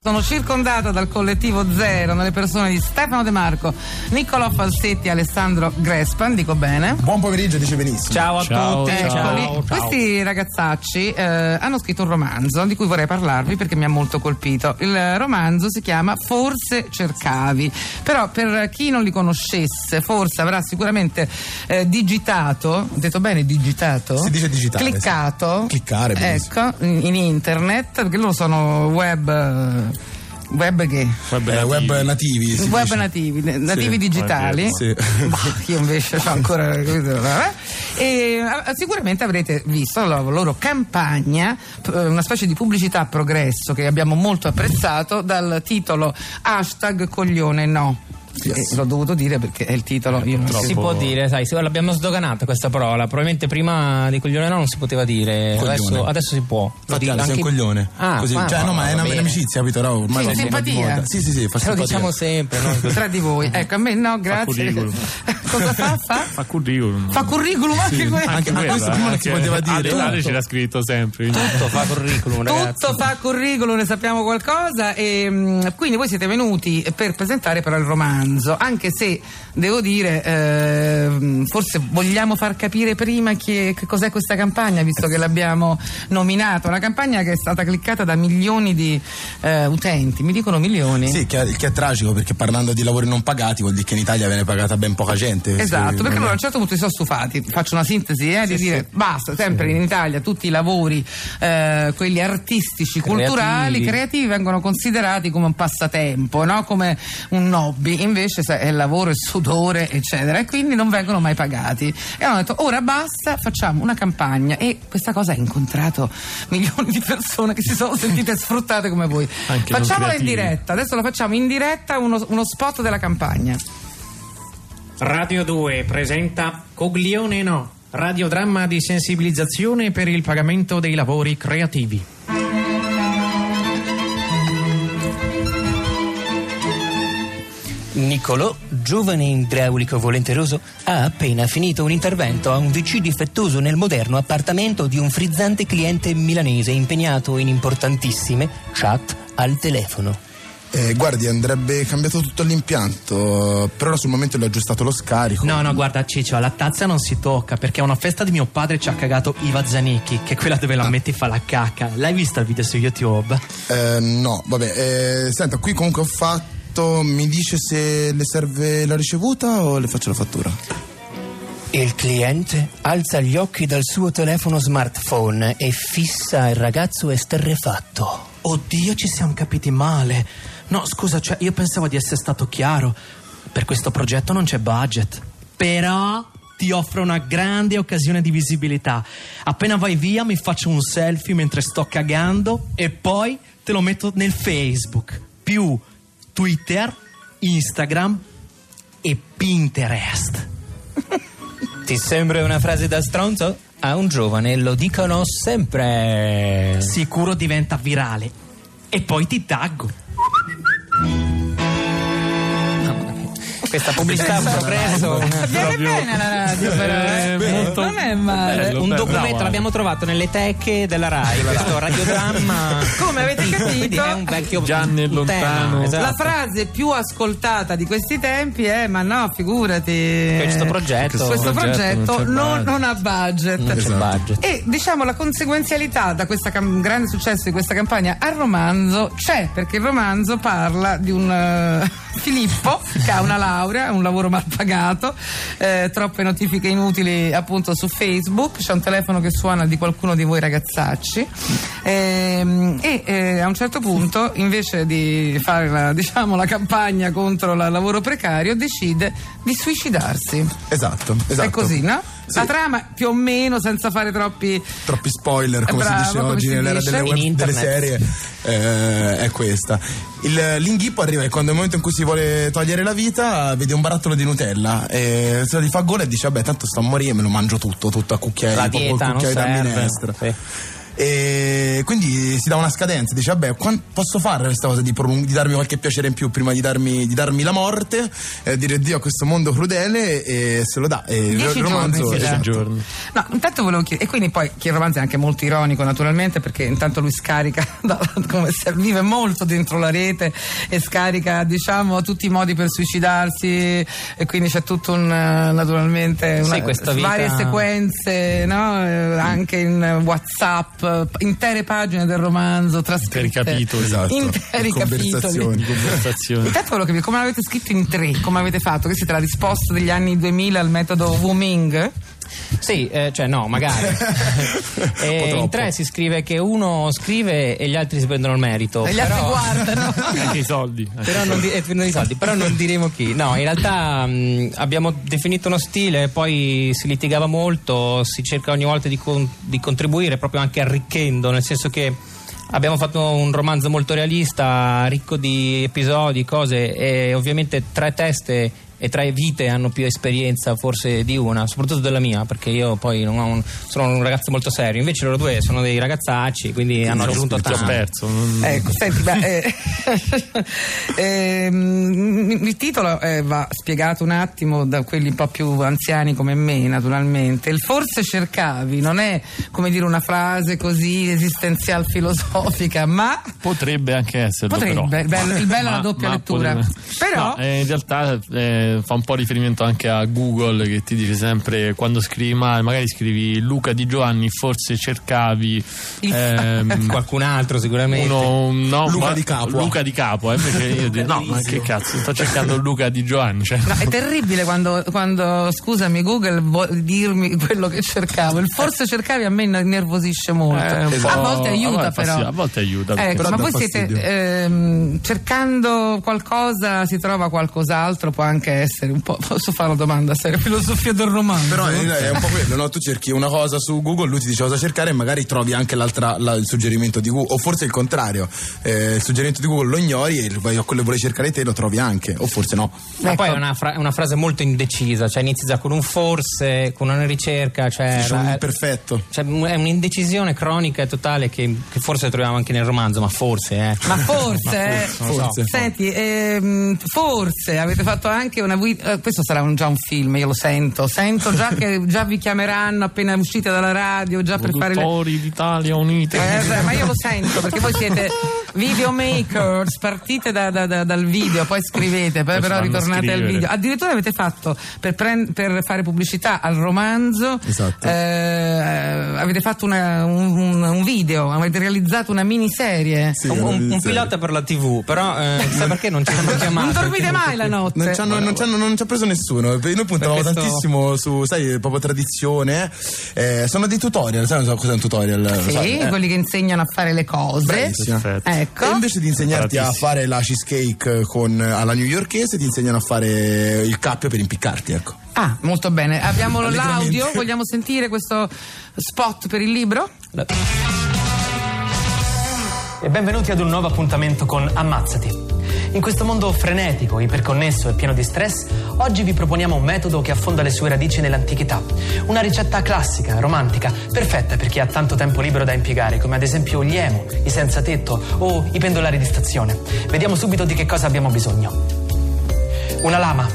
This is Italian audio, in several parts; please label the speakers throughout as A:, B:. A: Sono circondata dal collettivo Zero nelle persone di Stefano De Marco, Niccolò Falsetti e Alessandro Grespan, dico bene.
B: Buon pomeriggio, dice benissimo.
C: Ciao a tutti.
A: Eccoli. Ecco, Questi ragazzacci eh, hanno scritto un romanzo di cui vorrei parlarvi perché mi ha molto colpito. Il romanzo si chiama Forse cercavi, però per chi non li conoscesse forse avrà sicuramente eh, digitato, ho detto bene digitato?
B: Si dice digitale,
A: Cliccato.
B: sì. Cliccare, benissimo.
A: Ecco, in in internet, perché loro sono web... eh, Web che?
C: Vabbè,
B: Eh, web
C: nativi.
B: nativi. si
A: web
B: dice.
A: nativi, ne- nativi digitali.
B: Sì.
A: Bah, io invece ho ancora. capito, eh? E, ah, sicuramente avrete visto la loro campagna, p- eh, una specie di pubblicità a progresso che abbiamo molto apprezzato, dal titolo hashtag coglione no. Eh, l'ho dovuto dire perché è il titolo. Io non
D: Si può dire, sai, se- l'abbiamo sdoganata questa parola. Probabilmente prima di coglione no non si poteva dire.
B: Coglione.
D: Adesso, adesso si può.
B: Infatti, Ale, sei un coglione.
D: Ah,
B: Così.
D: ah,
B: cioè, no, ma è
D: va
B: una,
D: bene.
B: un'amicizia, capito? No, ormai
A: Sì,
B: va- va di
A: simpatia.
B: moda. Sì, sì, sì, fa
D: Lo
B: simpatia.
D: diciamo sempre, no?
A: tra di voi. Ecco, a me no, grazie.
C: curriculum.
A: Cosa fa? Fa,
C: Fa curriculum.
A: fa curriculum anche questo.
B: anche eh.
C: Quella,
B: questo prima non
C: anche-
B: si poteva dire.
C: Ale- Ale
B: Tutto.
C: ce l'ha scritto sempre. quindi-
D: Tutto fa curriculum, ragazzi.
A: Tutto fa curriculum, ne sappiamo qualcosa. E, mm, quindi voi siete venuti per presentare però il romanzo, anche se devo dire, ehm, forse vogliamo far capire prima che, che cos'è questa campagna, visto che l'abbiamo nominata. Una campagna che è stata cliccata da milioni di eh, utenti, mi dicono milioni.
B: Sì, che è, che è tragico perché parlando di lavori non pagati vuol dire che in Italia viene pagata ben poca gente.
A: Esatto,
B: Sì,
A: perché loro
B: non è-
A: a
C: Eh.
A: un certo punto si sono stufati, faccio una sintesi eh, di dire basta, sempre in Italia tutti i lavori, eh, quelli artistici,
D: Creativi.
A: culturali, creativi vengono considerati come un passatempo, no? come un hobby, invece sai, è lavoro, è sudore eccetera e quindi non vengono mai pagati. E hanno detto ora basta, facciamo una campagna e questa cosa ha incontrato milioni di persone che si sono sentite sfruttate come voi.
C: Anche non
A: Facciamola in
C: creativi.
A: diretta, adesso la facciamo in diretta uno- uno spot della campagna.
E: Radio 2 presenta Coglione No, radiodramma di sensibilizzazione per il pagamento dei lavori creativi.
D: Niccolò, giovane idraulico volenteroso, ha appena finito un intervento a un VC difettoso nel moderno appartamento di un frizzante cliente milanese impegnato in importantissime chat al telefono.
B: Eh, guardi, andrebbe cambiato tutto l'impianto. Però sul momento le ho aggiustato lo scarico.
E: No, no, guarda Ciccio, la tazza non si tocca perché a una festa di mio padre ci ha cagato Iva Zanicchi, che è quella dove la metti fa la cacca. L'hai vista il video su YouTube?
B: Eh, no, vabbè. eh, senta, qui comunque ho fatto. Mi dice se le serve la ricevuta o le faccio la fattura?
D: Il cliente alza gli occhi dal suo telefono smartphone e fissa il ragazzo esterrefatto.
E: Oddio, ci siamo capiti male. No, scusa, cioè, io pensavo di essere stato chiaro. Per questo progetto non c'è budget. Però ti offro una grande occasione di visibilità. Appena vai via mi faccio un selfie mentre sto cagando e poi te lo metto nel Facebook, più Twitter, Instagram e Pinterest.
D: Ti sembra una frase da stronzo? A un giovane lo dicono sempre.
E: Sicuro diventa virale. E poi ti taggo.
D: Questa pubblicità ha progresso.
E: Eh,
A: Viene bene la radio, però. eh.
C: molto-
A: Non è male.
C: Bello,
D: Un
C: bello.
D: documento
C: Bravo,
D: l'abbiamo trovato nelle teche della Rai, questo radiodramma.
A: Come avete
D: Quindi
A: capito-
D: È un vecchio
C: Gianni
D: un tema,
C: Lontano.
D: esatto.
A: La frase più ascoltata di questi tempi è: Ma no, figurati. eh,
D: Questo progetto-
A: questo progetto
C: progetto
A: non,
C: non c'è
A: non ha budget.
D: Esatto. Non c'è budget.
A: E diciamo la conseguenzialità da questo grande successo di questa campagna al romanzo c'è, perché il romanzo parla di un eh, Filippo che ha una laurea, un lavoro mal pagato, eh, troppe notifiche inutili appunto su Facebook, c'è un telefono che suona di qualcuno di voi ragazzacci ehm, e eh, a un certo punto invece di fare la, diciamo, la campagna contro il lavoro precario decide di suicidarsi.
B: Esatto, esatto.
A: È così, no?
B: Sì.
A: La trama più o meno senza fare troppi
B: troppi spoiler come
A: Bravo,
B: si dice
A: come
B: oggi
A: si
B: nell'era
A: dice.
B: delle,
D: In
B: web, delle
D: internet.
B: serie eh, è questa Il- l'inghippo arriva che quando è il momento in cui si vuole togliere la vita vede un barattolo di Nutella e se la gli fa gola e dice vabbè tanto sto a morire me lo mangio tutto tutto a cucchiaio
D: La
B: proprio
D: dieta
B: col
D: non
B: cucchiaio da
D: serve.
B: minestra
D: Sì.
B: E quindi si dà una scadenza, dice vabbè, quan- posso fare questa cosa di, prolung- di darmi qualche piacere in più prima di darmi, di darmi la morte, eh, dire Dio a questo mondo crudele e se lo dà. E il
A: Dieci
B: romanzo
A: giorni, sì,
B: esatto.
A: certo.
C: giorni.
A: No, intanto volevo chiedere, e quindi poi che il romanzo è anche molto ironico naturalmente perché intanto lui scarica, da- come se vive molto dentro la rete e scarica diciamo tutti i modi per suicidarsi e quindi c'è tutto un eh, naturalmente
D: Sì, questa vita-
A: varie sequenze, no? Eh, anche in eh, Whatsapp, eh, intere pagine del romanzo trascritte.
C: Interi capitoli.
B: Esatto.
A: Interi capitoli.
B: Conversazioni.
C: Di conversazione.
A: Intanto volevo capire come l'avete scritto in tre, come avete fatto? Che siete la risposta degli anni 2000 al metodo Wuming?
F: Sì, eh, cioè no, magari. Eh, in tre si scrive che uno scrive e gli altri si prendono il merito.
C: Oh,
A: E gli altri guardano.
C: Anche i soldi. anche
F: Però
C: i
F: non,
C: soldi.
F: di- eh, non i soldi, però non diremo chi. No, in realtà mh, abbiamo definito uno stile, poi si litigava molto, si cerca ogni volta di, con- di contribuire proprio anche arricchendo, nel senso che abbiamo fatto un romanzo molto realista, ricco di episodi, cose e ovviamente tre teste e tre vite hanno più esperienza forse di una, soprattutto della mia, perché io poi non ho un- sono un ragazzo molto serio, invece loro due sono dei ragazzacci, quindi, hanno aggiunto
C: Ti ho
F: tanto.
C: perso. non-
A: Ecco, senti, ma, eh, ehm, il titolo eh, va spiegato un attimo da quelli un po' più anziani come me, naturalmente. Il forse cercavi non è come dire una frase così esistenzial filosofica, ma
C: Potrebbe anche esserlo
A: Potrebbe,
C: però.
A: il bello- il bello è la doppia lettura. Però-
C: No, eh, in realtà eh, fa un po' riferimento anche a Google che ti dice sempre quando scrivi male, magari scrivi Luca di Giovanni, forse cercavi ehm,
F: Qualcun altro sicuramente.
C: uno no,
B: Luca
C: ma-
B: di Capua.
C: Luca di Capua, eh, perché io dico, no, ma che cazzo, sto cercando Luca di Giovanni, cioè.
A: No, è terribile quando, quando, scusami, Google vuol dirmi quello che cercavo. Il forse cercavi a me nervosisce molto.
C: Eh, un
A: a
C: po'-
A: volte
C: a
A: aiuta,
C: volte
A: però.
C: sì, a volte aiuta, perché-
A: Ecco,
B: Però
A: ma
B: dà
A: voi siete
B: fastidio.
A: ehm, cercando qualcosa, si trova qualcos'altro, può anche essere un po'. Posso fare una domanda seria? Filosofia del romanzo.
B: Però è, è un po' quello, no? Tu cerchi una cosa su Google, lui ti dice cosa cercare e magari trovi anche l'altra, la- il suggerimento di Google, o forse il contrario, eh, il suggerimento di Google lo ignori e vai a quello che vuoi cercare te lo trovi anche, o forse no.
F: Ma
A: Ecco.
F: poi è una, fra- una frase molto indecisa, cioè inizia già con un forse, con una ricerca, cioè,
B: C'è
F: la-
B: un perfetto.
F: cioè, m- è un'indecisione cronica e totale che, che forse troviamo anche nel romanzo, ma forse, eh.
A: Ma forse,
B: forse.
A: senti, ehm, forse avete fatto anche una guida. eh, questo sarà un- già un film, io lo sento. Sento già che già vi chiameranno appena uscite dalla radio, già per fare. le-
C: Produttori d'Italia Unite.
A: Eh, beh, ma io lo sento perché voi siete videomakers, partite da- da- da- dal video, poi scrivete, poi
C: Poi
A: però
C: fanno
A: ritornate al
C: scrivere.
A: video. Addirittura avete fatto per, pren- per fare pubblicità al romanzo,
B: Esatto.
A: eh, avete fatto una- un, un- un video, avete realizzato una miniserie.
B: Sì,
F: un,
B: non-
F: un- un
B: sì.
F: pilota per la TV, però eh, chissà perché non ci hanno chiamato.
A: Non dormite mai la notte.
B: Non ci, hanno, non ci hanno- non ci ha preso nessuno. Noi puntavamo
F: Cioè, questo-
B: tantissimo su, sai, proprio tradizione. eh. Eh, sono dei tutorial, sai non so cos'è un tutorial? lo
A: Sì,
B: sai? Eh,
A: quelli che insegnano a fare le cose.
B: bravissima.
C: Perfetto.
A: Ecco.
B: E invece di insegnarti a
C: Preparatissimo.
B: fare la cheesecake con, alla newyorkese, ti insegnano a fare il cappio per impiccarti, ecco.
A: Ah, molto bene. Abbiamo
B: Allegramente.
A: l'audio, vogliamo sentire questo spot per il libro?
E: E benvenuti ad un nuovo appuntamento con Ammazzati. In questo mondo frenetico, iperconnesso e pieno di stress, oggi vi proponiamo un metodo che affonda le sue radici nell'antichità. Una ricetta classica, romantica, perfetta per chi ha tanto tempo libero da impiegare, come ad esempio gli emo, i senza tetto o i pendolari di stazione. Vediamo subito di che cosa abbiamo bisogno. Una lama,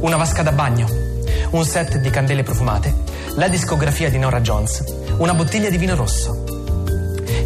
E: una vasca da bagno, un set di candele profumate, la discografia di Nora Jones, una bottiglia di vino rosso,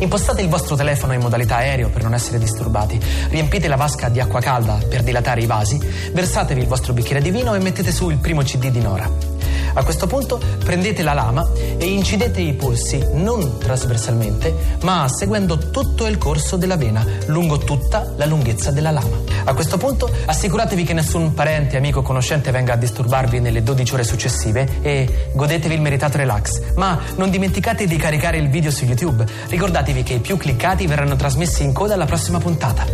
E: Impostate il vostro telefono in modalità aereo per non essere disturbati, riempite la vasca di acqua calda per dilatare i vasi, versatevi il vostro bicchiere di vino e mettete su il primo CD di Nora. A questo punto prendete la lama e incidete i polsi non trasversalmente, ma seguendo tutto il corso della vena, lungo tutta la lunghezza della lama. A questo punto assicuratevi che nessun parente, amico, conoscente venga a disturbarvi nelle 12 ore successive e godetevi il meritato relax. Ma non dimenticate di caricare il video su YouTube. Ricordatevi che i più cliccati verranno trasmessi in coda alla prossima puntata.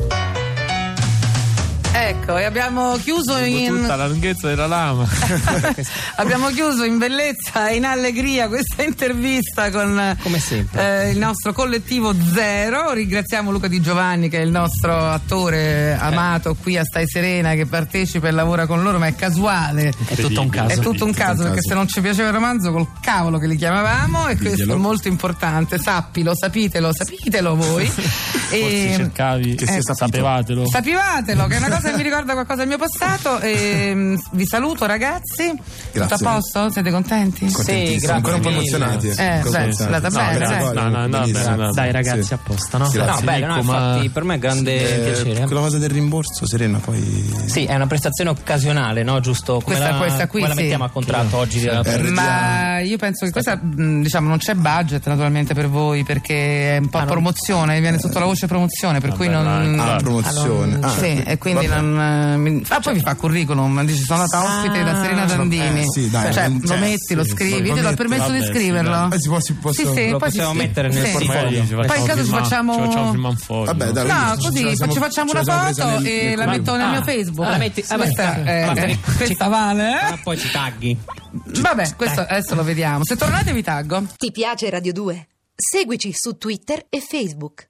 A: Ecco, e abbiamo chiuso in.
C: Tutta la lunghezza della lama.
A: Abbiamo chiuso in bellezza e in allegria questa intervista con
F: Come sempre.
A: eh, il nostro collettivo Zero. Ringraziamo Luca Di Giovanni che è il nostro attore amato qui a Stai Serena che partecipa e lavora con loro, ma è casuale.
E: È tutto un
A: È
E: caso.
A: tutto un caso perché
B: caso.
A: se non ci piaceva il romanzo col cavolo che li chiamavamo e questo è
B: Diglielo.
A: molto importante, sappilo, sapitelo, sapitelo voi.
C: Forse
A: E-
C: cercavi,
B: Che sia
C: eh,
B: sapito.
C: sapevatelo.
A: Sapivatelo, che è una cosa che mi ricorda qualcosa del mio passato. E, mm, vi saluto, ragazzi. Tutto a
B: Grazie.
A: posto? Siete contenti?
B: Contentissimo,
F: grazie
B: ancora un po'
F: mille.
B: emozionati.
A: Eh, beh, è andata
C: No,
A: bene,
C: grazie.
A: eh.
C: No, no, no,
B: Benissimo.
C: beh, no.
E: Dai ragazzi,
B: Sì.
E: apposta, no?
B: Grazie.
F: No, bello, no,
C: Nicco, ma-
F: infatti per me è grande
B: Eh,
F: piacere.
B: quella cosa del rimborso, Serena, poi.
F: Sì, è una prestazione occasionale, no? Giusto? Come
A: Questa-
F: la,
A: questa qui,
F: come la
A: sì.
F: mettiamo a contratto oggi? della-
B: Eh, RGA.
A: Ma io penso che questa, mh, diciamo, non c'è budget naturalmente per voi perché è un
F: Ah,
A: po' promozione, viene sotto la voce promozione, per cui non.
B: Eh. Ah,
C: Ah,
B: promozione. Ah,
A: sì, e quindi
B: vabbè.
A: non. eh, mi- Ah,
F: Cioè,
A: poi vi fa curriculum, dice sono
F: Ah.
A: andata ospite da Serena Dandini.
B: eh, sì, dai,
A: cioè,
B: non-
A: lo
B: cioè,
A: metti, lo
B: sì,
A: scrivi,
B: lo
A: io ti do il
B: metti,
A: permesso di
C: vabbè, sì,
A: scriverlo.
B: dai. Eh, si può- si
A: sì,
B: possono-
A: sì,
F: Lo
A: poi ci
F: possiamo
A: scrivi.
F: mettere nel
A: Sì.
F: portfolio.
C: Magari ci
A: Poi in
C: facciamo
A: caso ci
C: firmare-
A: facciamo-
C: ci facciamo firmare un foglio.
B: Vabbè, dai,
A: No,
B: quindi ce
A: così
B: la siamo-
A: ci facciamo
B: ce la
A: una
B: siamo presa
A: foto
B: nel-
A: e
B: nel
A: la
B: culo.
A: metto nel
F: Ah,
A: mio Facebook.
F: ah, la metti- ah, beh,
A: questa,
F: sì.
A: eh,
F: Guarda,
A: eh,
F: ci-
A: questa vale,
F: Ah,
A: eh?
F: poi ci tagghi.
A: Vabbè, questo adesso lo vediamo. Se tornate vi taggo.
G: Ti piace Radio 2? Seguici su Twitter e Facebook.